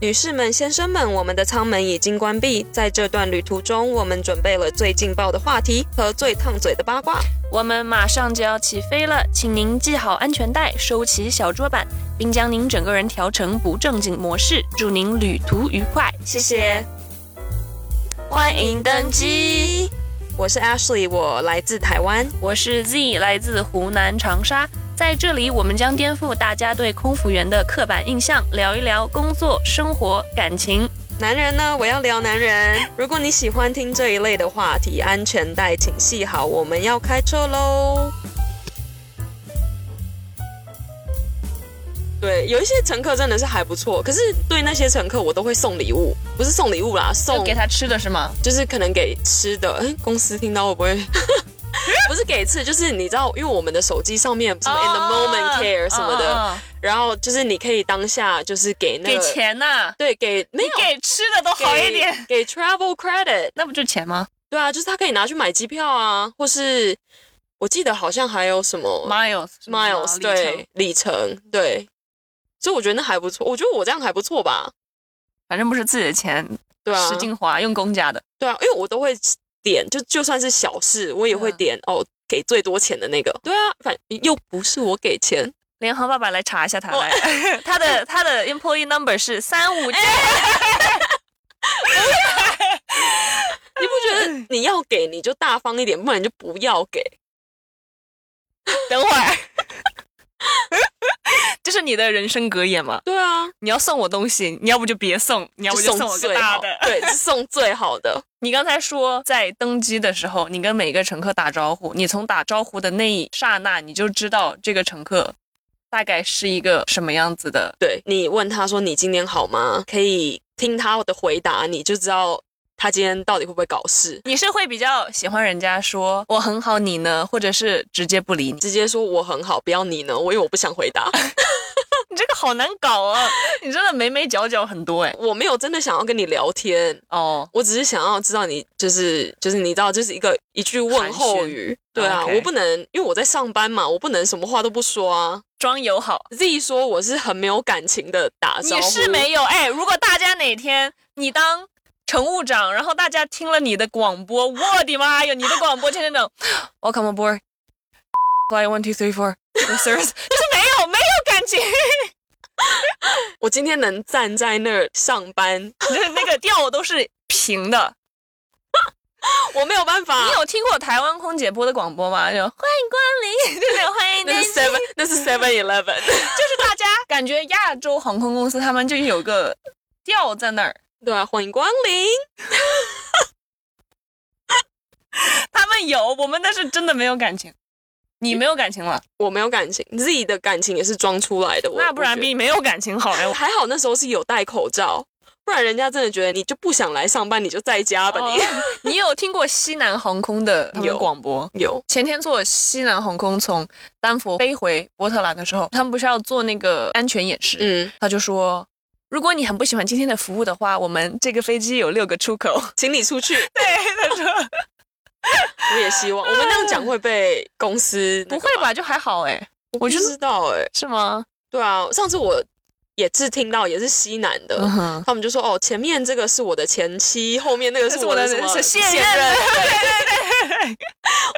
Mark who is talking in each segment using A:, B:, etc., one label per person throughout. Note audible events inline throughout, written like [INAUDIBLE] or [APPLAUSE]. A: 女士们、先生们，我们的舱门已经关闭。在这段旅途中，我们准备了最劲爆的话题和最烫嘴的八卦。
B: 我们马上就要起飞了，请您系好安全带，收起小桌板，并将您整个人调成不正经模式。祝您旅途愉快，
A: 谢谢，
B: 欢迎登机。
A: 我是 Ashley，我来自台湾。
B: 我是 Z，来自湖南长沙。在这里，我们将颠覆大家对空服员的刻板印象，聊一聊工作、生活、感情。
A: 男人呢？我要聊男人。如果你喜欢听这一类的话题，安全带请系好，我们要开车喽。对，有一些乘客真的是还不错，可是对那些乘客我都会送礼物，不是送礼物啦，
B: 就
A: 送
B: 给他吃的是吗？
A: 就是可能给吃的。 [LAUGHS] 哎，公司听到会不 [LAUGHS] 会？不是给吃，就是你知道，因为我们的手机上面什么
B: 啊
A: in the moment care 什么的，
B: 哦，哦
A: 然后就是你可以当下就是给
B: 哦
A: 那
B: 给
A: 个，
B: 钱呐、
A: 对，给没有
B: 你 [LAUGHS] 给吃的都好一点，
A: 给 travel credit，
B: 那不就钱吗
A: 对啊，就是他可以拿去买机票啊，或是我记得好像还有什么
B: ？Miles 是吗
A: miles，
B: 啊里程
A: 对，里程，对，所以我觉得那还不错，我觉得我这样还不错吧，
B: 反正不是自己的钱，
A: 对啊
B: 石，金华用公家的。
A: 对啊，因为我都会点，就就算是小事，我也会
B: 嗯
A: 点、哦，给最多钱的那个，对啊，反又不是我给钱，
B: 联合爸爸来查一下他
A: 我
B: 来， [LAUGHS] 他的他的 employee number 是三五九，
A: 你不觉 [LAUGHS] 得你要给你就大方一点，不然你就不要给。
B: 等会儿， [LAUGHS] 这是你的人生格言吗？
A: 对啊，
B: 你要送我东西，你要不就别送，你要不就送我个
A: 最
B: 大
A: 好
B: 的。
A: 对，就送最好 [LAUGHS] 的。
B: 你刚才说在登机的时候，你跟每个乘客打招呼，你从打招呼的那一刹那，你就知道这个乘客大概是一个什么样子的。
A: 对你问他说你今天好吗？可以听他的回答，你就知道他今天到底会不会搞事。
B: 你是会比较喜欢人家说我很好，你呢，或者是直接不理你？
A: 直接说我很好，不要你呢，我因为我不想回答， [LAUGHS]
B: 你这个好难搞啊！ [LAUGHS] 你真的眉眉角角很多哎、
A: 我没有真的想要跟你聊天，
B: 哦，
A: 我只是想要知道你就是就是你知道就是一个一句问候语，对啊
B: OK
A: 我不能因为我在上班嘛，我不能什么话都不说啊。
B: 装友好。
A: Z 说我是很没有感情的打招呼，
B: 你是没有哎，如果大家哪天你当乘务长，然后大家听了你的广播，我的妈呀，你的广播就是那种 Welcome aboard, flight one two three four, [LAUGHS] your service，就是没有没有感情，
A: 我今天能站在那儿上班，
B: [LAUGHS]
A: [LAUGHS]
B: 就是那个调都是平的。
A: 我没有办法。
B: 你有听过台湾空姐播的广播吗？就欢迎光临， [LAUGHS] 就是欢迎
A: 那
B: 登
A: 是
B: 机
A: Seven，那是 Seven Eleven。 [LAUGHS]
B: 就是大家感觉亚洲航空公司他们就有个调在那儿，
A: 对啊，欢迎光临。
B: 他们有，我们那是真的没有感情。你没有感情了，
A: 我没有感情，Z 的感情也是装出来的。我
B: 那不然
A: 我觉
B: 比没有感情好 [LAUGHS] 呀
A: 得！还好那时候是有戴口罩，不然人家真的觉得你就不想来上班，你就在家吧你。
B: 哦你有听过西南航空的他们
A: 有
B: 广播？
A: [LAUGHS] 有
B: 前天坐西南航空从丹佛飞回波特兰的时候，他们不是要做那个安全演示？
A: 嗯，
B: 他就说，如果你很不喜欢今天的服务的话，我们这个飞机有六个出口。
A: 请你出去。
B: [LAUGHS] 对，他说
A: [LAUGHS] 我也希望我们那样讲会被公司那
B: [LAUGHS] 不
A: 个
B: 会？吧，就还好哎，
A: 我
B: 我
A: 不
B: 觉得
A: 知道哎、
B: 是吗？
A: 对啊，上次我也是听到，也是西南的。
B: 嗯哼，
A: 他们就说哦，前面这个是我的前妻，后面那个
B: 这
A: 是
B: 是我
A: 我
B: 的
A: 的什么
B: 是现
A: 任。
B: 任
A: 对对对，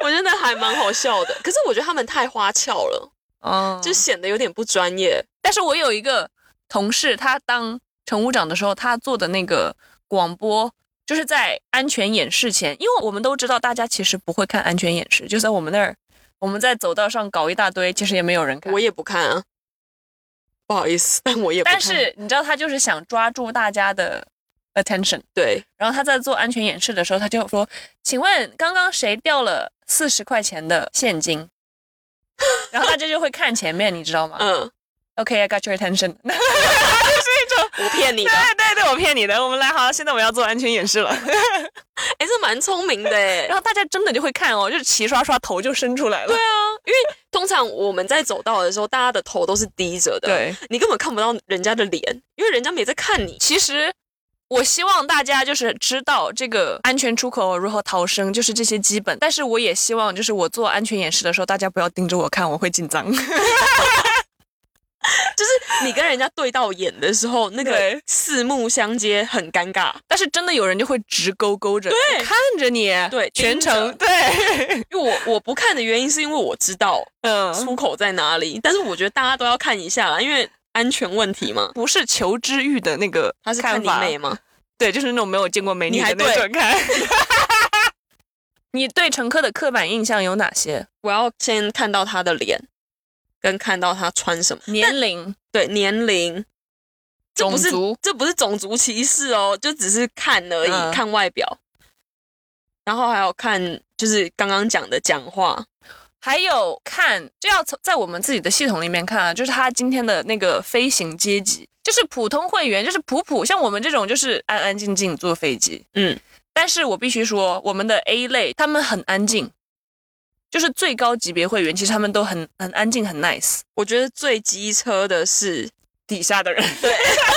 A: 我 [LAUGHS] 觉得还蛮好笑的。可是我觉得他们太花俏了，
B: 嗯，
A: 就显得有点不专业。
B: 但是我有一个同事，他当乘务长的时候，他做的那个广播，就是在安全演示前，因为我们都知道大家其实不会看安全演示，就在我们那儿，我们在走道上搞一大堆，其实也没有人看
A: 我。也不看啊，不好意思，但我也不看。
B: 但是你知道，他就是想抓住大家的 attention，
A: 对，
B: 然后他在做安全演示的时候，他就说：“请问刚刚谁掉了四十块钱的现金？”然后大家就会看前面，你知道吗、
A: 嗯，
B: [LAUGHS] o k I got your attention 。
A: 我骗你的。
B: 对对对，我骗你的。我们来，好，现在我们要做安全演示了。
A: 哎，这蛮聪明的
B: [LAUGHS]
A: 哎
B: 然。后大家真的就会看哦，就是齐刷刷头就伸出来了
A: 对。啊，因为通常我们在走道的时候，大家的头都是低着的，，
B: 对，啊
A: 你根本看不到人家的脸，因为人家没在看你。
B: 其实我希望大家就是知道这个安全出口如何逃生，就是这些基本。但是我也希望，就是我做安全演示的时候，大家不要盯着我看，我会紧张。
A: 就是你跟人家对到眼的时候，那个
B: 对
A: 四目相接很尴尬。
B: [LAUGHS] 但是真的有人就会直勾勾着
A: 对
B: 看着你，
A: 对
B: 全
A: 盯着
B: 程对，
A: 因为我我不看的原因是因为我知道
B: 嗯，
A: 出口在哪里，但是我觉得大家都要看一下啦，因为安全问题嘛。
B: 不是求知欲的那个
A: 他是看
B: 看
A: 你
B: 法，
A: 美吗？
B: 对，就是那种没有见过美女
A: 你还
B: 的那种看。 [LAUGHS] 你对乘客的刻板印象有哪些？
A: 我要先看到他的脸，跟看到他穿什么，
B: 年龄、
A: 对年龄，这
B: 种
A: 不是
B: 族，
A: 这不是种族歧视哦，就只是看而已，
B: 嗯
A: 看外表，然后还有看就是刚刚讲的讲话，
B: 还有看，这要从在我们自己的系统里面看啊，就是他今天的那个飞行阶级，就是普通会员，就是普普，像我们这种就是安安静静坐飞机。
A: 嗯，
B: 但是我必须说，我们的 A 类他们很安静，就是最高级别会员，其实他们都很很安静，很 nice。
A: 我觉得最机车的是
B: 底下的人，对，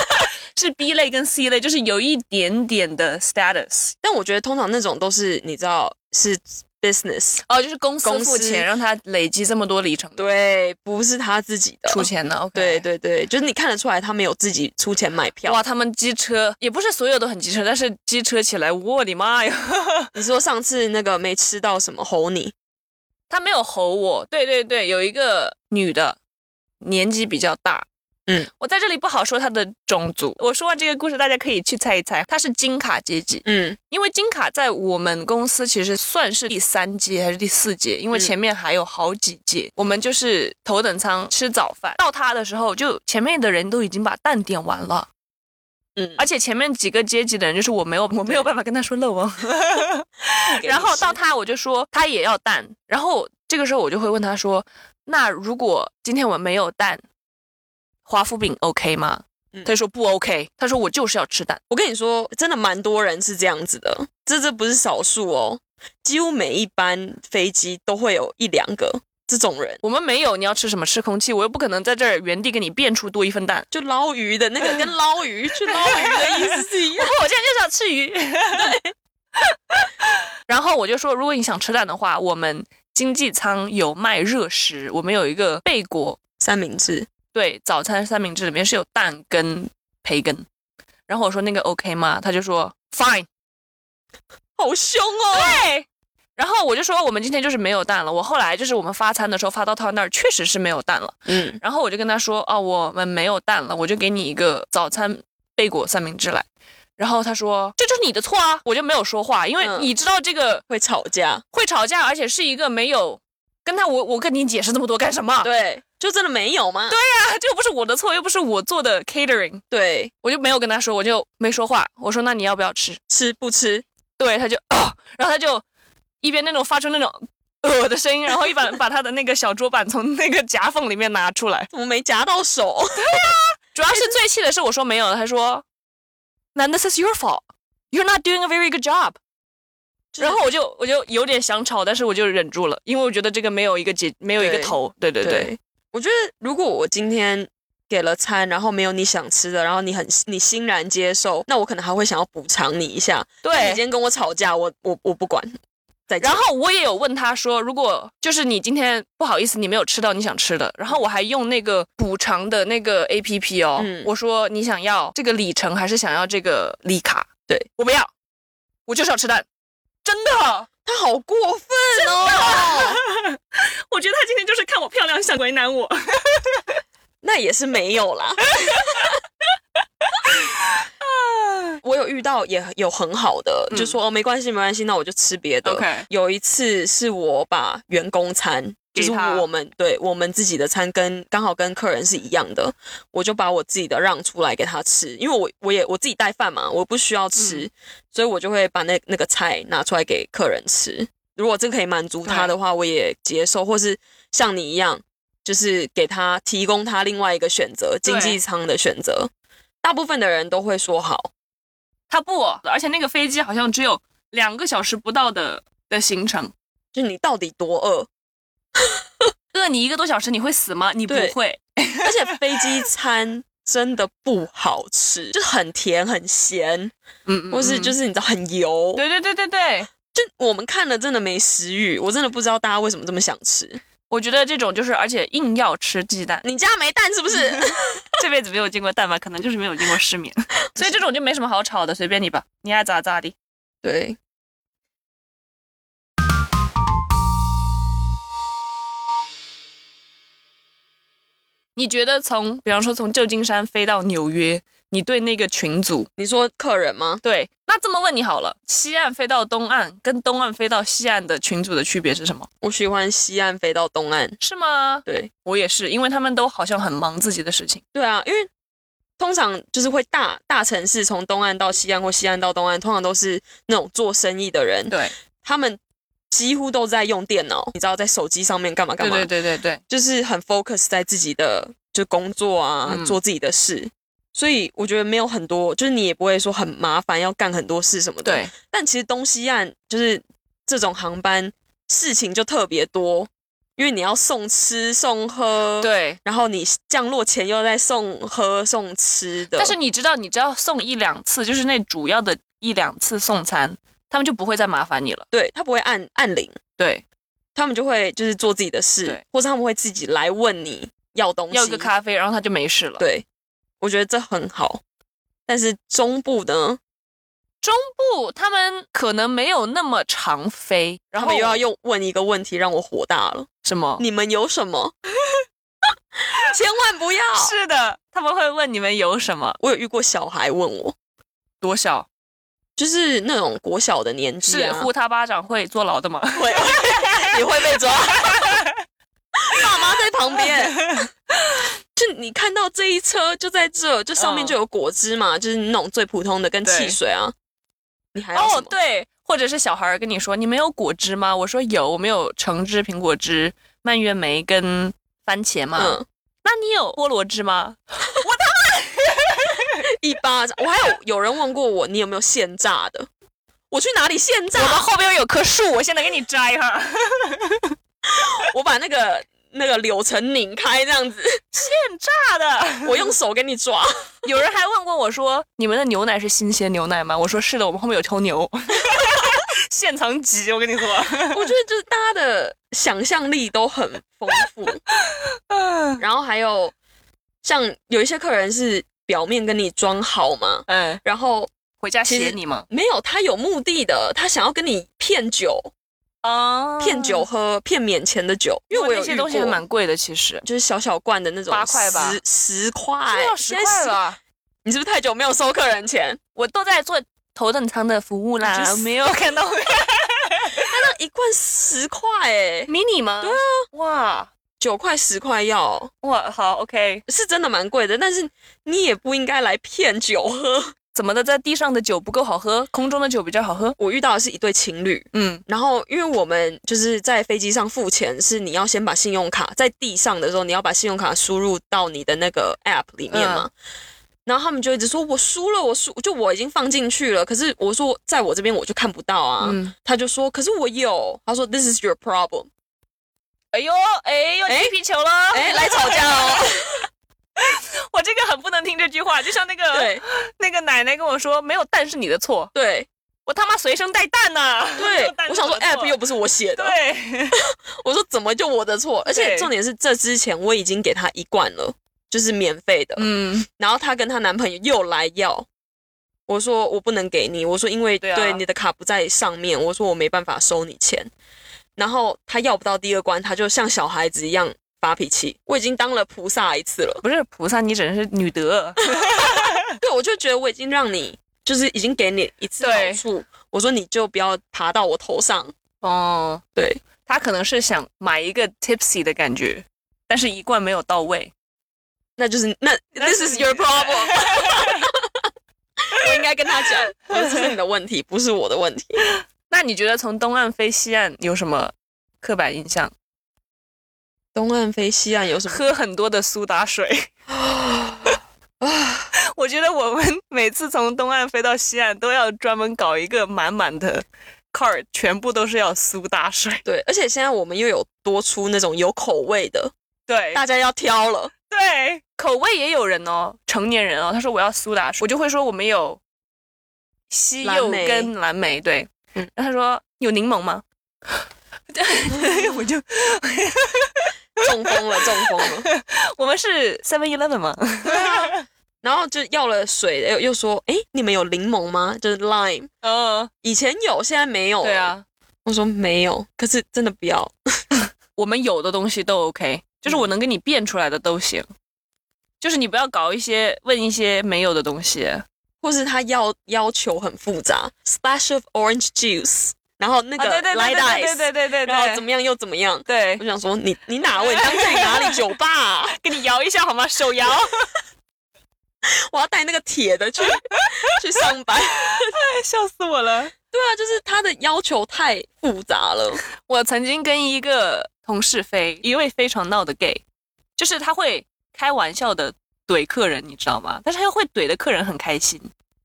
B: [LAUGHS] 是 B 类跟 C 类，就是有一点点的 status
A: 但我觉得通常那种都是你知道是 business，
B: 哦，就是公司
A: 公
B: 付
A: 司
B: 钱让他累积这么多里程，，
A: 对，不是他自己的
B: 出。钱的，OK，
A: 对。对对，就是你看得出来他没有自己出钱买票。
B: 哇，他们机车也不是所有都很机车，但是机车起来，我的妈呀！ [LAUGHS]
A: 你说上次那个没吃到什么吼你，
B: 他没有吼我，对对对，有一个女的，年纪比较大，
A: 嗯，
B: 我在这里不好说她的种族。我说完这个故事，大家可以去猜一猜，她是金卡阶级，
A: 嗯，
B: 因为金卡在我们公司其实算是第三届还是第四届，因为
A: 嗯
B: 前面还有好几届，我们就是头等舱吃早饭，到他的时候就前面的人都已经把蛋点完了，
A: 嗯
B: 而且前面几个阶级的人就是我没有我没有办法跟他说漏哦，
A: 给你
B: 然后
A: 吃
B: 到他我就说他也要蛋，然后这个时候我就会问他说，那如果今天我们没有蛋，华夫饼 OK 吗？
A: 嗯
B: 他就说不 OK，他说我就是要吃蛋。
A: 我跟你说，真的蛮多人是这样子的，这这不是少数哦，几乎每一班飞机都会有一两个这种人，
B: 我们没有，你要吃什么？吃空气，我又不可能在这儿原地给你变出多一份蛋。
A: 就捞鱼的那个，跟捞鱼去捞鱼的意思是一样。
B: 不， [LAUGHS] 我现在就想吃鱼。然后我就说，如果你想吃蛋的话，我们经济舱有卖热食，我们有一个贝果，
A: 三明治，
B: 对，早餐三明治里面是有蛋跟培根。然后我说那个 OK 吗？他就说 Fine。
A: 好凶哦！
B: 对。然后我就说我们今天就是没有蛋了。我后来就是我们发餐的时候发到他那儿，确实是没有蛋了。
A: 嗯，
B: 然后我就跟他说，哦，我们没有蛋了，我就给你一个早餐贝果三明治来。然后他说，这就是你的错啊，我就没有说话，因为
A: 嗯
B: 你知道这个
A: 会吵架，
B: 会吵架，而且是一个没有跟他我我跟你解释这么多干什么？对
A: 对，就真的没有吗？对
B: 啊， [LAUGHS] 这又不是我的错，又不是我做的 catering，
A: 对，
B: 我就没有跟他说，我就没说话。我说那你要不要吃？
A: 吃不吃？
B: 对，他就啊、然后他就一边那种发出那种 [LAUGHS] 呃的声音，然后一把把他的那个小桌板从那个夹缝里面拿出来。
A: 怎么没夹到手？
B: 主要是最气的是我说没有，他说，那 this is your fault. You're not doing a very good job.
A: 就是
B: 然后我就我就有点想吵，但是我就忍住了，因为我觉得这个没有一个解，没有一个
A: 对
B: 头。对对对，
A: 我觉得如果我今天给了餐，然后没有你想吃的，然后你很你欣然接受，那我可能还会想要补偿你一下。但你今
B: 对。
A: 天跟我吵架，我我我不管。再见
B: 然后我也有问他说，如果就是你今天不好意思，你没有吃到你想吃的，然后我还用那个补偿的那个 A P P 哦，
A: 嗯
B: 我说你想要这个里程还是想要这个礼卡？
A: 对
B: 我不要，我就是要吃蛋，真的。
A: 他好过分哦，
B: 我觉得他今天就是看我漂亮想为难我。
A: 那也是没有
B: [LAUGHS]
A: 啦。我有遇到也有很好的，
B: 嗯
A: 就说哦没关系没关系，那我就吃别的。
B: OK
A: 有一次是我把员工餐，就
B: 给
A: 是
B: 他
A: 我们对我们自己的餐跟刚好跟客人是一样的，我就把我自己的让出来给他吃，因为我我也我自己带饭嘛，我不需要吃，
B: 嗯
A: 所以我就会把那那个菜拿出来给客人吃。如果这可以满足他的话，我也接受，或是像你一样，就是给他提供他另外一个选择，经济舱的选择。大部分的人都会说好，
B: 他不，而且那个飞机好像只有两个小时不到的的行程，
A: 就是你到底多饿，
B: 饿你一个多小时你会死吗？你不
A: 对
B: 会。
A: 而且飞
B: [LAUGHS]
A: 机餐真的不好吃，就是很甜很咸，
B: 嗯，
A: 或是就是是你知道很油。
B: 对对对对对，
A: 就我们看了真的没食欲，我真的不知道大家为什么这么想吃。
B: 我觉得这种就是，而且硬要吃鸡蛋，
A: 你家没蛋是不是？
B: [LAUGHS] 这辈子没有见过蛋吧？可能就是没有见过世面， [LAUGHS] 所以这种就没什么好吵的，随便你吧，你爱咋咋地。
A: 对，
B: 你觉得从，比方说从旧金山飞到纽约，你对那个群组，
A: 你说客人吗？
B: 对，那这么问你好了，西岸飞到东岸跟东岸飞到西岸的群组的区别是什么？
A: 我喜欢西岸飞到东岸。
B: 是吗？
A: 对，
B: 我也是，因为他们都好像很忙自己的事情。
A: 对啊，因为通常就是会大大城市从东岸到西岸或西岸到东岸，通常都是那种做生意的人，
B: 对，
A: 他们几乎都在用电脑，你知道，在手机上面干嘛干
B: 对
A: 嘛，
B: 对对对对，
A: 就是很 focus 在自己的就工作啊，
B: 嗯
A: 做自己的事。所以我觉得没有很多，就是你也不会说很麻烦，要干很多事什么的。
B: 对，
A: 但其实东西岸就是这种航班事情就特别多，因为你要送吃送喝，，
B: 对。
A: 然后你降落前又在送喝送吃的，
B: 但是你知道，你只要送一两次，就是那主要的一两次送餐，他们就不会再麻烦你了。
A: 对他不会按按铃，
B: 对，
A: 他们就会就是做自己的事
B: 对，
A: 或是他们会自己来问你要东西，
B: 要个咖啡，然后他就没事了。，
A: 嗯对，我觉得这很好。但是中部呢，
B: 中部他们可能没有那么常飞，然
A: 他
B: 后哦
A: 们又要用问一个问题让我火大了，
B: 什么？
A: 你们有什么？ [LAUGHS] 千万不要！
B: [LAUGHS] 是的，他们会问你们有什么，
A: 我有遇过小孩问我，
B: 多少？
A: 就是那种国小的年纪
B: 是
A: 啊，
B: 呼他巴掌会坐牢的吗？
A: 会 [LAUGHS] 也会被抓，爸妈在旁边。 [LAUGHS] 就你看到这一车就在这，就上面
B: 嗯
A: 就有果汁嘛，就是那种最普通的跟
B: 对
A: 汽水啊。你还要什
B: 哦，
A: 么？
B: 对，或者是小孩儿跟你说你们有果汁吗？我说有，我们有橙汁、苹果汁、蔓越莓跟番茄嘛。
A: 嗯，
B: 那你有菠萝汁吗？
A: 一巴掌。我还有有人问过我，你有没有现榨的？我去哪里现榨
B: 我？们后边有棵树， [LAUGHS] 我现在给你摘哈。
A: 我把那个那个柳橙拧开，这样子， [LAUGHS]
B: 大的，
A: 我用手给你抓。
B: 有人还问过我说，你们的牛奶是新鲜牛奶吗？我说是的，我们后面有头
A: [LAUGHS]
B: 牛，现场挤，我跟你说。
A: 我觉得就是大家的想象力都很丰富。然后还有像有一些客人是表面跟你装好嘛，
B: 嗯，
A: 然后
B: 回家
A: 其实
B: 写你吗？
A: 没有，他有目的的，他想要跟你骗酒、
B: 啊
A: 骗酒，喝、骗免钱的酒，因
B: 因
A: 为我
B: 为
A: 有
B: 那
A: 遇
B: 些
A: 过
B: 东西还蛮贵的，其实。哎
A: 就是小小罐的那种，
B: 八块吧
A: 十十块
B: 真的，要十
A: 哎现在
B: 块。了，啊
A: 你是不是太久没有收客人钱？
B: 我都在做头等舱的服务
A: 你去
B: 啦
A: 死，
B: 没有看到
A: 那一罐十块哎、
B: 迷你吗？对啊，哇
A: 九块十块要
B: 哇，好 OK，
A: 是真的蛮贵的，但是你也不应该来骗酒喝。 [LAUGHS]
B: 怎么的，在地上的酒不够好喝，空中的酒比较好喝？
A: 我遇到的是一对情侣，
B: 嗯，
A: 然后，因为我们就是在飞机上付钱，是你要先把信用卡在地上的时候，你要把信用卡输入到你的那个 app 里面嘛。然后他们就一直说：“我输了，我输，就我已经放进去了。”可是我说，在我这边我就看不到啊。
B: 嗯
A: 他就说：“可是我有。”他说：“This is your problem。
B: 哎呦，哎呦，
A: 哎
B: 踢皮球了”，
A: 哎，来吵架
B: [LAUGHS]
A: 哦。
B: 我这个很不能听这句话，就像那个
A: [LAUGHS] 对
B: 那个奶奶跟我说，没有蛋是你的错，
A: 对
B: 我他妈随身带蛋呢、 [LAUGHS] 没有
A: 对
B: 蛋，
A: 我
B: 是
A: 想
B: 我
A: 说
B: 的错
A: ，app 又不是我写的。
B: 对， [LAUGHS]
A: 我说怎么就我的错？而且
B: 对
A: 重点是，这之前我已经给他一罐了，就是免费的。
B: 嗯，
A: 然后她跟她男朋友又来要，我说我不能给你，我说因为
B: 对啊
A: 你的卡不在上面，我说我没办法收你钱。然后她要不到第二关，她就像小孩子一样发脾气。我已经当了菩萨一次
B: [LAUGHS]
A: 了，
B: [LAUGHS] 不是菩萨，你只是女
A: [LAUGHS]
B: 德，
A: 对我就觉得我已经让你就是已经给你一次好
B: 对
A: 处，我说你就不要爬到我头上。
B: 哦，
A: 对，
B: 他可能是想买一个 tipsy 的感觉，但是一贯没有到位，
A: 那就是那 this is your problem [LAUGHS] 。我应该跟他讲，我说这是你的问题，不是我的问题。
B: 那你觉得从东岸飞西岸有什么刻板印象？
A: 东岸飞西岸有什么？
B: 喝很多的苏打水。啊 [LAUGHS] 我觉得我们每次从东岸飞到西岸，都要专门搞一个满满的 card，全部都是要苏打水。
A: 对，而且现在我们又有多出那种有口味的，
B: 对
A: 大家要挑了。
B: 对，口味也有人哦，成年人哦，他说我要苏打水，我就会说我们有西柚
A: 蓝莓
B: 跟蓝莓，对，
A: 嗯
B: [LAUGHS] 然后他说有柠檬吗？我就
A: 中风了，中风了。
B: 我们是 Seven Eleven 吗？ [LAUGHS]
A: 然后就要了水，又又说，哎，你们有柠檬吗？就是 lime，
B: 嗯，
A: 以前有，现在没有。
B: 对，啊，
A: 我说没有，可是真的不要。
B: 我们有的东西都 OK，就是我能给你变出来的都行，就是你不要搞一些问一些没有的东西。
A: 或是他要要求很复杂，splash of orange juice，然后那
B: 啊，对
A: 个
B: 对
A: light
B: 对
A: ice，
B: 对对对对对，
A: 然后怎么样又怎么样。
B: 对
A: 我，想说你你哪位？当自己哪里酒吧啊、
B: 给你摇一下好吗？手摇，
A: 我要带那个铁的去去上班。
B: [LAUGHS] 笑死我了。
A: 对啊，就是他的要求太复杂
B: [LAUGHS]
A: 了。
B: 我曾经跟一个同事飞，一位非常闹的 gay，就是他会开玩笑的怼客人，你知道吗？但是他又会怼的客人很开心，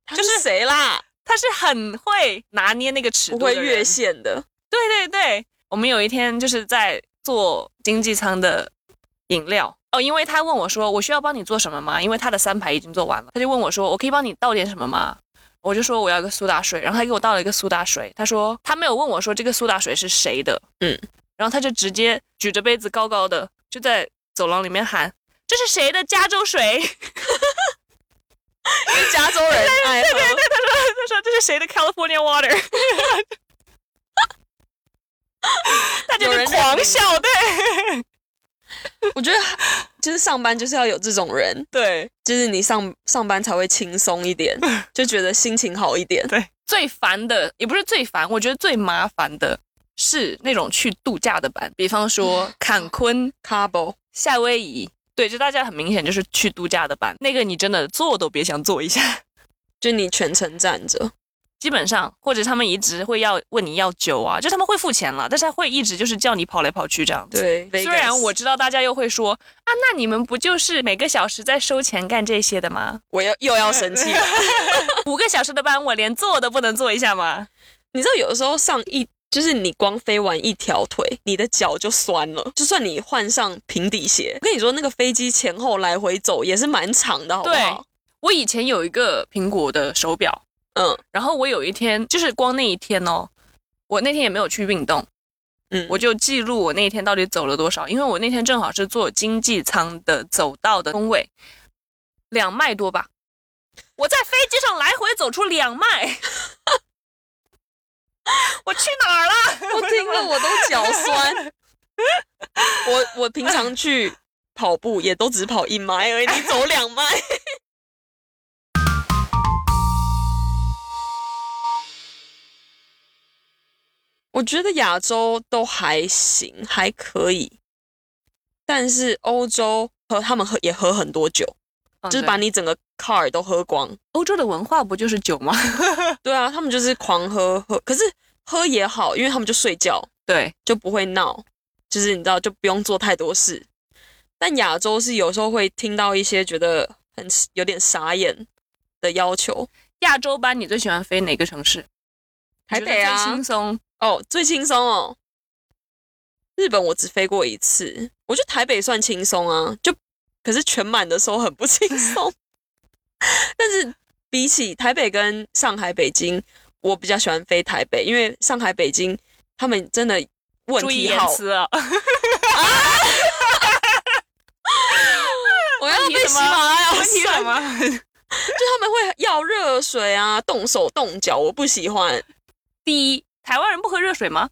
A: 他是谁啦？
B: 他是很会拿捏那个尺
A: 不
B: 度
A: 会
B: 的人
A: 越线
B: [LAUGHS]
A: 的。
B: 对对对，我们有一天就是在做经济舱的饮料哦，因为他问我说我需要帮你做什么吗？因为他的三排已经做完了，他就问我说我可以帮你倒点什么吗？我就说我要一个苏打水，然后他给我倒了一个苏打水，他说他没有问我说这个苏打水是谁的，
A: 嗯，
B: 然后他就直接举着杯子高高的就在走廊里面喊这是谁的加州水？ [LAUGHS]
A: 加州 [LAUGHS] 人爱
B: 哎
A: 喝，
B: 他说这是谁的 California water？大家
A: 有
B: 就
A: 人在
B: 狂笑，对
A: 我觉得就是上班就是要有这种人，
B: 对。
A: 就是你上上班才会轻松一
B: [LAUGHS]
A: 点，就觉得心情好一点。
B: 最烦的也不是最烦，我觉得最麻烦的是那种去度假的班，比
A: [LAUGHS]
B: 方说坎昆、
A: Cabo，
B: 夏威夷，对，就大家很明显就是去度假的班，那个你真的坐都别想坐一下。
A: 就你全程站着，
B: 基本上，或者他们一直会要问你要酒啊，就他们会付钱了，但是他会一直就是叫你跑来跑去这样子。
A: 对。
B: 虽然
A: Vegas
B: 我知道大家又会说啊，那你们不就是每个小时在收钱干这些的吗？
A: 我要又要生气了，
B: [LAUGHS] 五个小时的班，我连坐都不能坐一下吗？
A: 你知道有的时候上一就是你光飞完一条腿，你的脚就酸了，就算你换上平底鞋，我跟你说那个飞机前后来回走也是蛮长的，好不好？
B: 我以前有一个苹果的手表，
A: 嗯
B: 然后我有一天，就是光那一天哦，我那天也没有去运动，
A: 嗯，
B: 我就记录我那一天到底走了多少，因为我那天正好是坐经济舱的走道的工位，两迈多吧。我在飞机上来回走出两迈， [LAUGHS] 我去哪儿了？ [LAUGHS]
A: 我听了我都脚酸。 [LAUGHS] 我我平常去跑步也都只跑一迈而已，你走两迈。 [LAUGHS] 我觉得亚洲都还行，还可以，但是欧洲和他们喝也喝很多酒，就是把
B: 啊对
A: 你整个 car 都喝光。
B: 欧洲的文化不就是酒吗？ [LAUGHS]
A: 对啊，他们就是狂喝喝，可是喝也好，因为他们就睡觉。
B: 对，
A: 就不会闹，就是你知道就不用做太多事。但亚洲是有时候会听到一些觉得很有点傻眼的要求。
B: 亚洲班你最喜欢飞哪个城市？
A: 台北
B: 觉得最
A: 啊
B: 轻，松。
A: 哦，最轻松哦。日本我只飞过一次，我觉得台北算轻松啊，就可是全满的时候很不轻松。 [LAUGHS] 但是比起台北跟上海、北京，我比较喜欢飞台北，因为上海、北京他们真的问
B: 注意
A: 题
B: 言
A: 好
B: 辞啊！ [LAUGHS]
A: 我要
B: 问题
A: 被
B: 什
A: 喜
B: 么
A: 马拉雅
B: 问题
A: 山
B: 什么？
A: 就他们会要热水啊，动手动脚，我不喜欢。
B: [LAUGHS] 第一，台湾人不喝热水吗？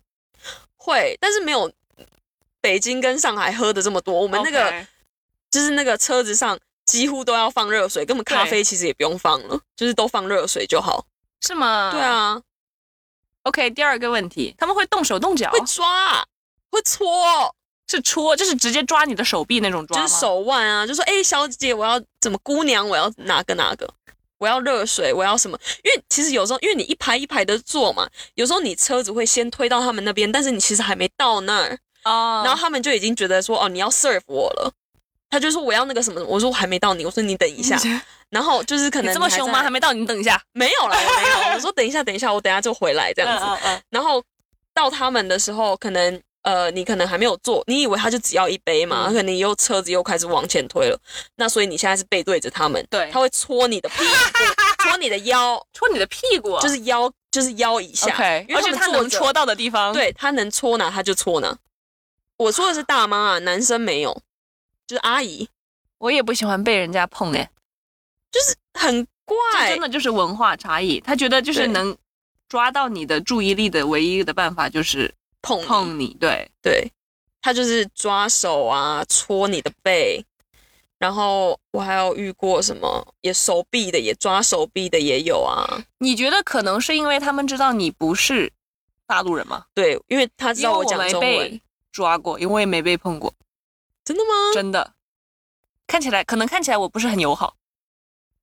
A: 会，但是没有北京跟上海喝的这么多。我
B: 我
A: 们那个就是那个车子上几乎都要放热水，根本咖啡其实也不用放了，就是都放热水就好。
B: 是吗？
A: 对。啊，
B: OK，第二个问题，他们会动手动脚，
A: 会抓，啊会搓，啊
B: 是戳，就是直接抓你的手臂那种抓
A: 就
B: 吗
A: 是手腕啊，就说哎、小姐，我要怎么姑娘，我要哪个哪个。我要热水，我要什么？因为其实有时候，因为你一排一排的坐嘛，有时候你车子会先推到他们那边，但是你其实还没到那儿，
B: 啊
A: 然后他们就已经觉得说，哦，你要 serve 我了。他就说我要那个什么，我说我还没到你，我说你等一下，然后就是可能
B: 你这么
A: 还
B: 凶
A: 在
B: 吗？还没到，你等一下。
A: 没有啦，我没有，我
B: [LAUGHS]
A: 说等一下，等一下，我等一下就回来这
B: 这
A: 样子。
B: 嗯
A: 然后到他们的时候，可能呃，你可能还没有做，你以为他就只要一杯嘛，
B: 嗯
A: 可能又车子又开始往前推了，那所以你现在是背对着他们，
B: 对 [LAUGHS]
A: 他会戳你的屁股，戳你的腰，
B: 戳你的屁股，
A: 就是腰就是腰以下
B: OK，
A: 因为
B: 而且
A: 们
B: 他
A: 坐
B: 能
A: 着
B: 戳到的地方，，
A: 对他能搓哪他就搓哪。我说的是大妈啊，男生没有，就是阿姨，
B: 我也不喜欢被人家碰哎、
A: 很
B: 这
A: 怪
B: 真。的就是文化差异。他觉得就是
A: 对
B: 能抓到你的注意力的唯一的办法就是
A: 碰碰，
B: 碰你，对，
A: 对，他就是抓手啊，搓你的背。然后我还有遇过什么，也手臂的，也抓手臂的也有啊。
B: 你觉得可能是因为他们知道你不是大陆人吗？
A: 对，因为他知
B: 因
A: 道
B: 为
A: 我讲
B: 没
A: 中文
B: 被，抓过，因为我也没被碰过，
A: 真的吗？
B: 真的。看起来可能看起来我不是很友好，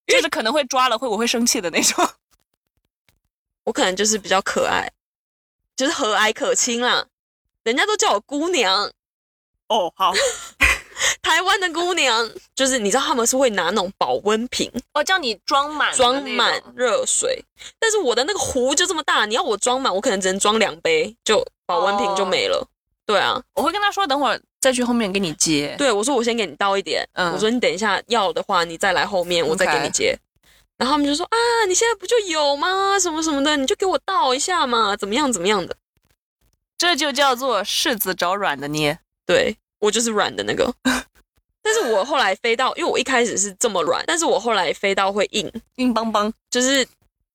B: 就是可能会抓了会我会生气的那种。
A: 我可能就是比较可爱，就是和蔼可亲啦。人家都叫我姑娘，
B: [LAUGHS] 哦，好，
A: 台湾的姑娘，就是你知道他们是会拿那种保温瓶
B: 哦，叫你装满的
A: 装
B: 那
A: 满
B: 种
A: 热水，但是我的那个壶就这么大，你要我装满，我可能只能装两杯，就保温瓶
B: 哦
A: 就没了。对啊，
B: 我会跟他说，等会儿再去后面给你接。
A: 对我说我先给你倒一点，
B: 哎嗯
A: 我说你等一下要的话你再来后面，我再给
B: OK
A: 你接。然后他们就说啊，你现在不就有吗？什么什么的，你就给我倒一下嘛，怎么样怎么样的。
B: 这就叫做柿子找软的捏。
A: 对我就是软的那个。
B: [LAUGHS]
A: 但是我后来飞到，因为我一开始是这么软，但是我后来飞到会硬，
B: 硬邦邦。
A: 就是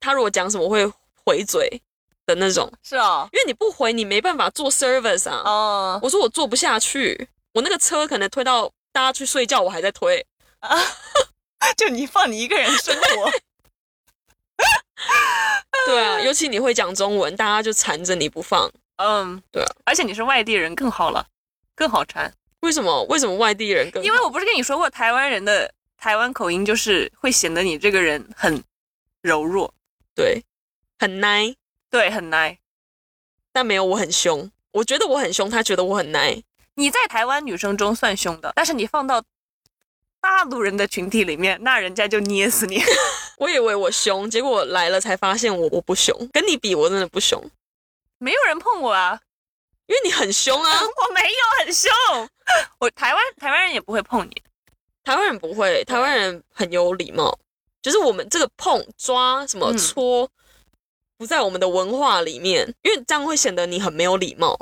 A: 他如果讲什么我会回嘴的那种，
B: 是哦，
A: 因为你不回你没办法做 service 啊。
B: 哦，
A: 我说我做不下去，我那个车可能推到大家去睡觉，我还在推。
B: [LAUGHS] 就你放你一个人生 [LAUGHS] 活，
A: 对
B: [LAUGHS]
A: 啊，尤其你会讲中文，大家就缠着你不放。
B: 嗯，
A: 对啊，
B: 而且你是外地人，更好了，更好缠。
A: 为什么？为什么外地人跟
B: 因为我不是跟你说过，台湾人的台湾口音就是会显得你这个人很柔弱，
A: 对很 nice，
B: 对，很 nice。
A: 但没有我很凶。我觉得我很凶，他觉得我很 nice。
B: 你在台湾女生中算凶的，但是你放到大陆人的群体里面，那人家就捏死你。 [LAUGHS]
A: 我以为我凶，结果来了才发现我我不凶，跟你比我真的不凶，
B: 没有人碰我啊，
A: 因为你很凶啊。
B: 我没有很凶，我台湾台湾人也不会碰你。
A: 台湾人不会，台湾人很有礼貌，就是我们这个碰、抓、什么
B: 嗯
A: 搓，不在我们的文化里面，因为这样会显得你很没有礼貌。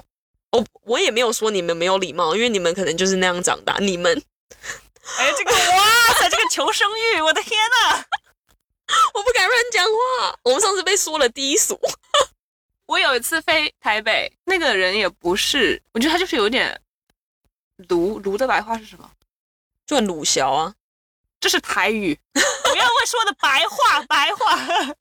A: 我我也没有说你们没有礼貌，因为你们可能就是那样长大，你们 [LAUGHS]
B: 哎，这个哇塞，这个求生欲，我的天呐！
A: 我不敢乱讲话。我们上次被说了低俗，
B: 我有一次飞台北，那个人也不是，我觉得他就是有点卢卢的白话是什么？
A: 就很鲁小啊，
B: 这是台语， [LAUGHS] 不要问说的白话白话，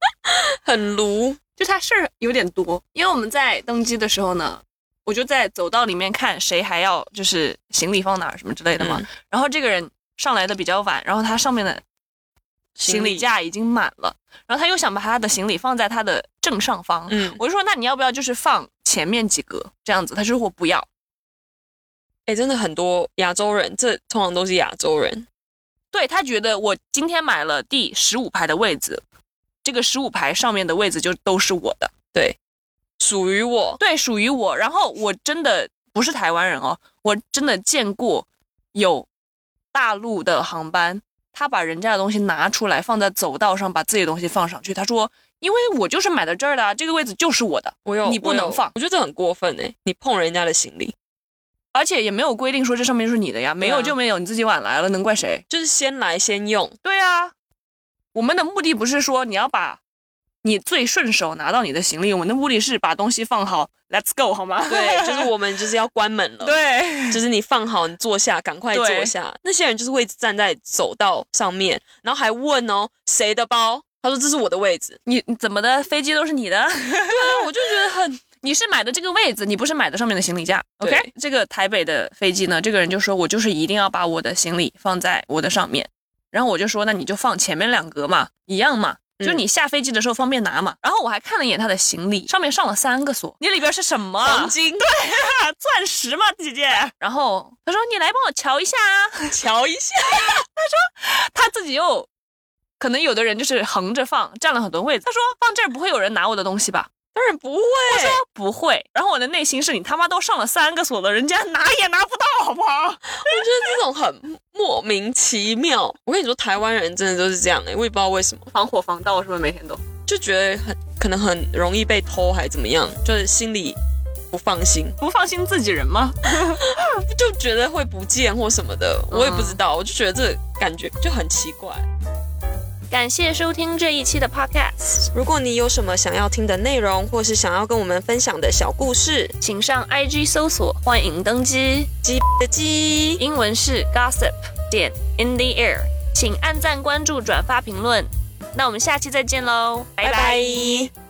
A: 很鲁。
B: 就他事儿有点多。因为我们在登机的时候呢，我就在走道里面看谁还要就是行李放哪儿什么之类的嘛。
A: 嗯
B: 然后这个人上来的比较晚，然后他上面的行李，架已经满了，然后他又想把他的行李放在他的正上方，
A: 嗯，
B: 我就说那你要不要就是放前面几格这样子？他说我不要。
A: 哎、真的很多亚洲人，这通常都是亚洲人，
B: 对他觉得我今天买了第十五排的位子，这个十五排上面的位子就都是我的，
A: 属于我。
B: 对，属于我。然后我真的不是台湾人哦，我真的见过有大陆的航班，他把人家的东西拿出来放在走道上，把自己的东西放上去。他说，因为我就是买到这儿的啊，这个位子就是我的，
A: 我有
B: 你不
A: 我有
B: 能放
A: 我觉得这很过分哎、你碰人家的行李，
B: 而且也没有规定说这上面就是你的呀，没
A: 对
B: 有
A: 啊
B: 就没有，你自己晚来了能怪谁？
A: 就是先来先用。
B: 对啊，我们的目的不是说你要把你最顺手拿到你的行李，我们的目的是把东西放好，Let's go 好
A: [LAUGHS]
B: 吗？
A: 对，就是我们就是要关门了。，
B: [LAUGHS] 对
A: 就是你放好，你坐下，赶快
B: 对
A: 坐下。那些人就是会站在走道上面，然后还问哦谁的包，他说这是我的位置。
B: 你你怎么的，飞机都是你的， [LAUGHS]
A: 对啊，我就觉得很
B: 你是买的这个位子，你不是买的上面的行李架。
A: 对
B: OK，这个台北的飞机呢，这个人就说我就是一定要把我的行李放在我的上面，然后我就说那你就放前面两格嘛，一样嘛。就
A: 嗯
B: 你下飞机的时候方便拿嘛，然后我还看了一眼他的行李，上面上了三个锁，你里边是什么？
A: 黄金。
B: 啊， [LAUGHS] 钻石嘛，姐姐。然后他说：“你来帮我瞧一下啊。
A: 瞧一下，”
B: [LAUGHS] 他自己又，可能有的人就是横着放，占了很多位子。他说：“放这儿不会有人拿我的东西吧
A: 当然
B: [LAUGHS]
A: 不会。？”
B: 不会。然后我的内心是你他妈都上了三个锁了，人家拿也拿不到，好不好？
A: 我觉得这种很莫名其欸妙。我跟你说，台湾人真的都是这样哎、我也不知道为什么，
B: 防火防盗是不是每天都？
A: 就觉得很可能很容易被偷还怎么样，就是心里不放心，
C: 不放心自己人吗？
A: 就觉得会不见或什么的，我也不知
B: 嗯
A: 道，我就觉得这感觉就很奇怪。
B: 感谢收听这一期的 Podcast，
A: 如果你有什么想要听的内容，或是想要跟我们分享的小故事，
B: 请上 IG 搜索“欢迎登机
A: 鸡的鸡，”，
B: 英文是 Gossip 点 In the Air，请按赞、关注、转发、评论。那我们下期再见喽，拜拜
A: 拜拜